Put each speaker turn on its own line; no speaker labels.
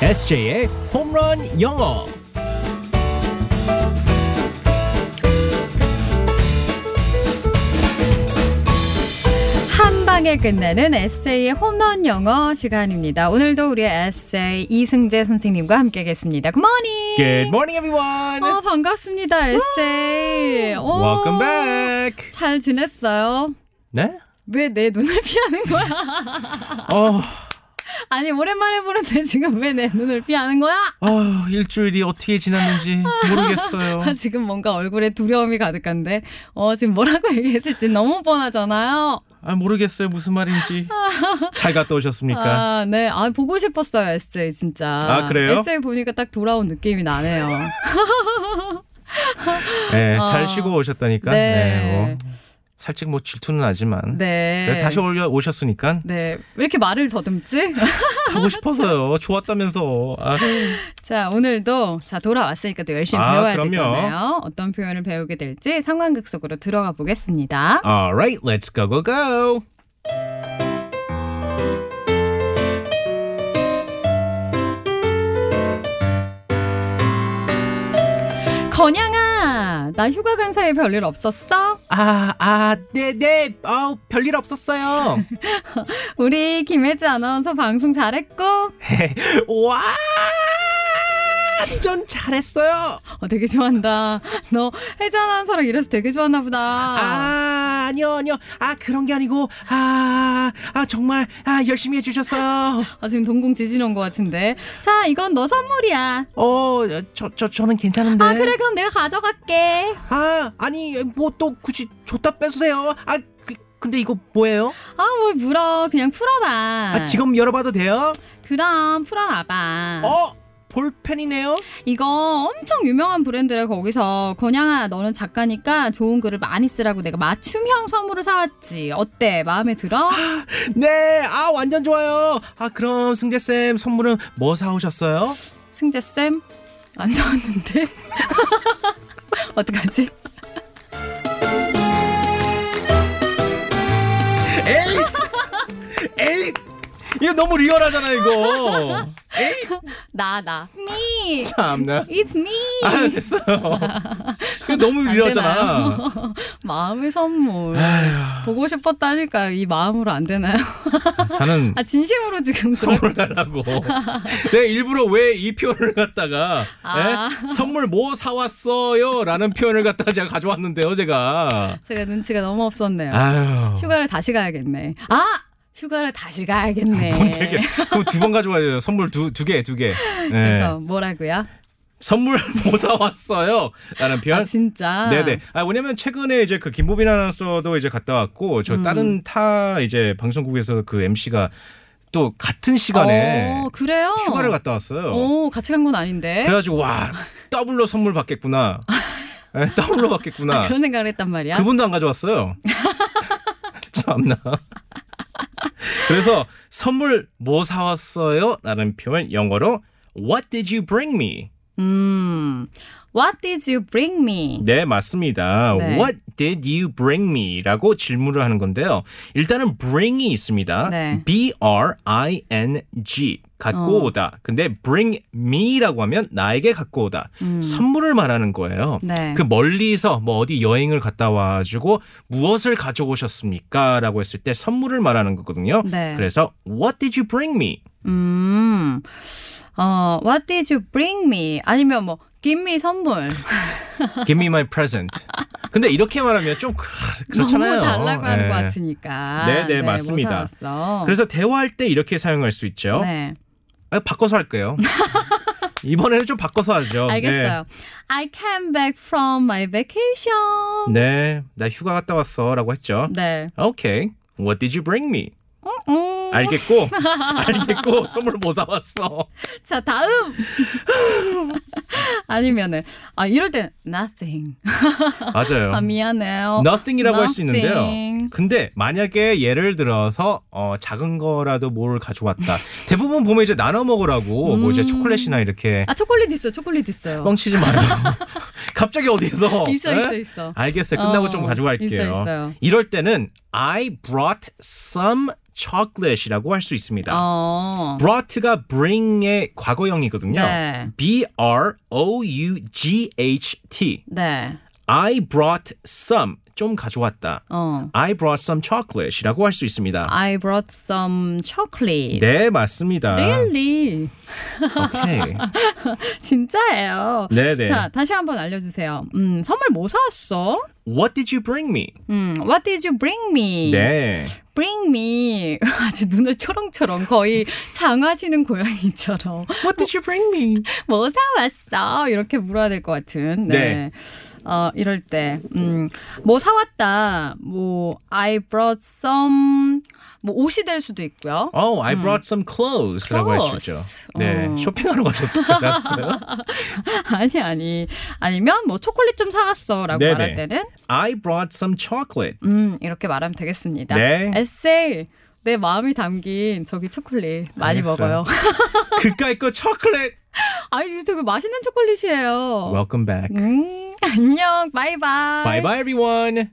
SJ의 홈런 영어.
한 방에 끝내는 에세이의 홈런 영어 시간입니다. 오늘도 우리 에세이 이승재 선생님과 함께하겠습니다. Good morning.
Good morning, everyone.
어, 반갑습니다, 에세이. 어,
Welcome back.
잘 지냈어요?
네?
왜 내 눈을 피하는 거야?
어,
아니 오랜만에 보는데 지금 왜 내 눈을 피하는 거야?
어, 일주일이 어떻게 지났는지 모르겠어요.
아, 지금 뭔가 얼굴에 두려움이 가득한데 어 지금 뭐라고 얘기했을지 너무 뻔하잖아요.
아, 모르겠어요. 무슨 말인지. 잘 갔다 오셨습니까?
아, 네. 아, 보고 싶었어요, 에세이, 진짜.
그러니까. 아, 그래요?
에세이 보니까 딱 돌아온 느낌이 나네요.
네, 잘
아.
쉬고 오셨다니까.
네.
뭐, 살짝 뭐 질투는 나지만.
네.
그래서 다시 올려 오셨으니까
네. 왜 이렇게 말을 더듬지?
하고 싶어서요. 좋았다면서. 아,
자, 오늘도 자, 돌아왔으니까 또 열심히
아,
배워야
그럼요.
되잖아요. 어떤 표현을 배우게 될지 상황극 속으로 들어가 보겠습니다.
Alright, let's go, go, go. 아.
건양아, 나 휴가 간 사이에 별일 없었어?
아, 아, 네, 네. 아우, 별일 없었어요.
우리 김혜지 아나운서 방송 잘했고,
와! 완전 잘했어요.
어, 되게 좋아한다. 너 혜지 아나운서랑 이래서 되게 좋아하나 보다.
아, 아니요, 아니요. 아, 그런 게 아니고, 아, 아, 정말, 아, 열심히 해주셨어요.
아, 지금 동공 지진 온 것 같은데. 자, 이건 너 선물이야.
어, 저, 저, 저는 괜찮은데.
아, 그래, 그럼 내가 가져갈게.
아, 아니, 뭐 또 굳이 줬다 뺏으세요. 아, 그, 근데 이거 뭐예요?
아, 뭘 물어. 그냥 풀어봐. 네.
아, 지금 열어봐도 돼요?
그럼, 풀어봐봐.
어, 볼펜이네요?
이거 엄청 유명한 브랜드래, 거기서. 건양아, 너는 작가니까 좋은 글을 많이 쓰라고 내가 맞춤형 선물을 사왔지. 어때? 마음에 들어?
네, 아, 완전 좋아요. 아, 그럼 승재쌤 선물은 뭐 사오셨어요?
승재쌤? 안 나왔는데? 어떡하지?
에이! 에이! 이거 너무 리얼하잖아, 이거. 에이!
나, 나. Me!
참나. 네.
It's me!
아, 됐어요. 이거 너무
안
리얼하잖아.
되나요? 마음의 선물.
아휴,
보고 싶었다니까 이 마음으로 안 되나요?
저는
아 진심으로 지금 그런
선물 달라고. 내가 일부러 왜 이 표현을 갖다가
아.
예? 선물 뭐 사왔어요? 라는 표현을 갖다가 제가 가져왔는데요, 제가.
제가 눈치가 너무 없었네요.
아유.
휴가를 다시 가야겠네. 아 휴가를 다시 가야겠네.
뭔 되게 그럼 두 번 가져와야 돼요. 선물 두 두 개, 두 개. 예.
그래서 뭐라고요?
선물 뭐 사왔어요? 라는 표현.
아 진짜.
네네. 아, 왜냐면 최근에 이제 그 김보빈 아나운서도 이제 갔다 왔고, 저 다른 타 이제 방송국에서 그 MC가 또 같은 시간에
어, 그래요.
휴가를 갔다 왔어요.
오 같이 간 건 아닌데.
그래가지고, 와, 더블로 선물 받겠구나. 네, 더블로 받겠구나.
아, 그런 생각을 했단 말이야.
그분도 안 가져왔어요. 참나. 그래서 선물 뭐 사왔어요? 라는 표현 영어로 What did you bring me?
음. What did you bring me?
네, 맞습니다.
네.
What did you bring me? 라고 질문을 하는 건데요. 일단은 bring이 있습니다.
네.
B-R-I-N-G. 갖고
어.
오다. 근데 bring me라고 하면 나에게 갖고 오다. 선물을 말하는 거예요.
음. 네.
그 멀리서 뭐 어디 여행을 갔다 와가지고 무엇을 가져오셨습니까? 라고 했을 때 선물을 말하는 거거든요.
네.
그래서 What did you bring me?
음. 어 What did you bring me? 아니면 뭐 Give me 선물.
Give me my present. 근데 이렇게 말하면 좀 그- 그렇잖아요.
너무 달라고 하는
예.
것 같으니까.
네, 네, 맞습니다.
못 살았어.
그래서 대화할 때 이렇게 사용할 수 있죠.
네.
아, 바꿔서 할게요. 이번에는 좀 바꿔서 하죠. 네.
알겠어요. I came back from my vacation.
네. 네, 나 휴가 갔다 왔어라고 했죠.
네.
Okay, what did you bring me?
음.
알겠고, 알겠고 선물 뭐 사왔어?
자, 다음. 아니면은 아 이럴 땐 nothing.
맞아요.
아 미안해요.
Nothing이라고 할 수 있는데요.
Nothing.
근데 만약에 예를 들어서 어, 작은 거라도 뭘 가져왔다. 대부분 보면 이제 나눠 먹으라고 뭐 이제
음.
초콜릿이나 이렇게
아 초콜릿 있어. 초콜릿 있어요.
뻥치지 마요. 갑자기 어디서? 네?
있어,
에?
있어, 있어.
알겠어요. 끝나고
어,
좀 가져갈게요.
있어, 있어요.
이럴 때는 I brought some chocolate이라고 할 수 있습니다.
어.
brought가 bring의 과거형이거든요.
네.
B R O U G H T.
네.
I brought some 좀 가져왔다.
어.
I brought some chocolate이라고 할 수 있습니다.
I brought some chocolate.
네, 맞습니다.
Really?
오케이.
진짜예요.
네, 네.
자, 다시 한번 알려주세요. 음, 선물 뭐 사왔어?
What did you bring me?
음, what did you bring me?
네.
Bring me. 아주 눈을 초롱초롱 거의 장화시는 고양이처럼.
What did you bring me?
뭐 사왔어? 이렇게 물어야 될 것 같은. 네.
네.
어, 이럴 때, 음, 뭐 사왔다. 뭐, I brought some, 뭐 옷이 될 수도 있고요.
Oh, I brought some clothes라고 할 수 있죠.
Clothes.
네,
어.
쇼핑하러 가셨어요.
아니, 아니. 아니면 뭐 초콜릿 좀 사왔어. 라고
네네.
말할 때는,
I brought some chocolate.
음, 이렇게 말하면 되겠습니다.
네.
에세이. 내 마음이 담긴 저기 초콜릿 많이
알겠어요.
먹어요.
그까이 거 초콜릿.
아니, 이거 되게 맛있는 초콜릿이에요.
Welcome back.
음, 안녕. 바이바이.
Bye bye everyone.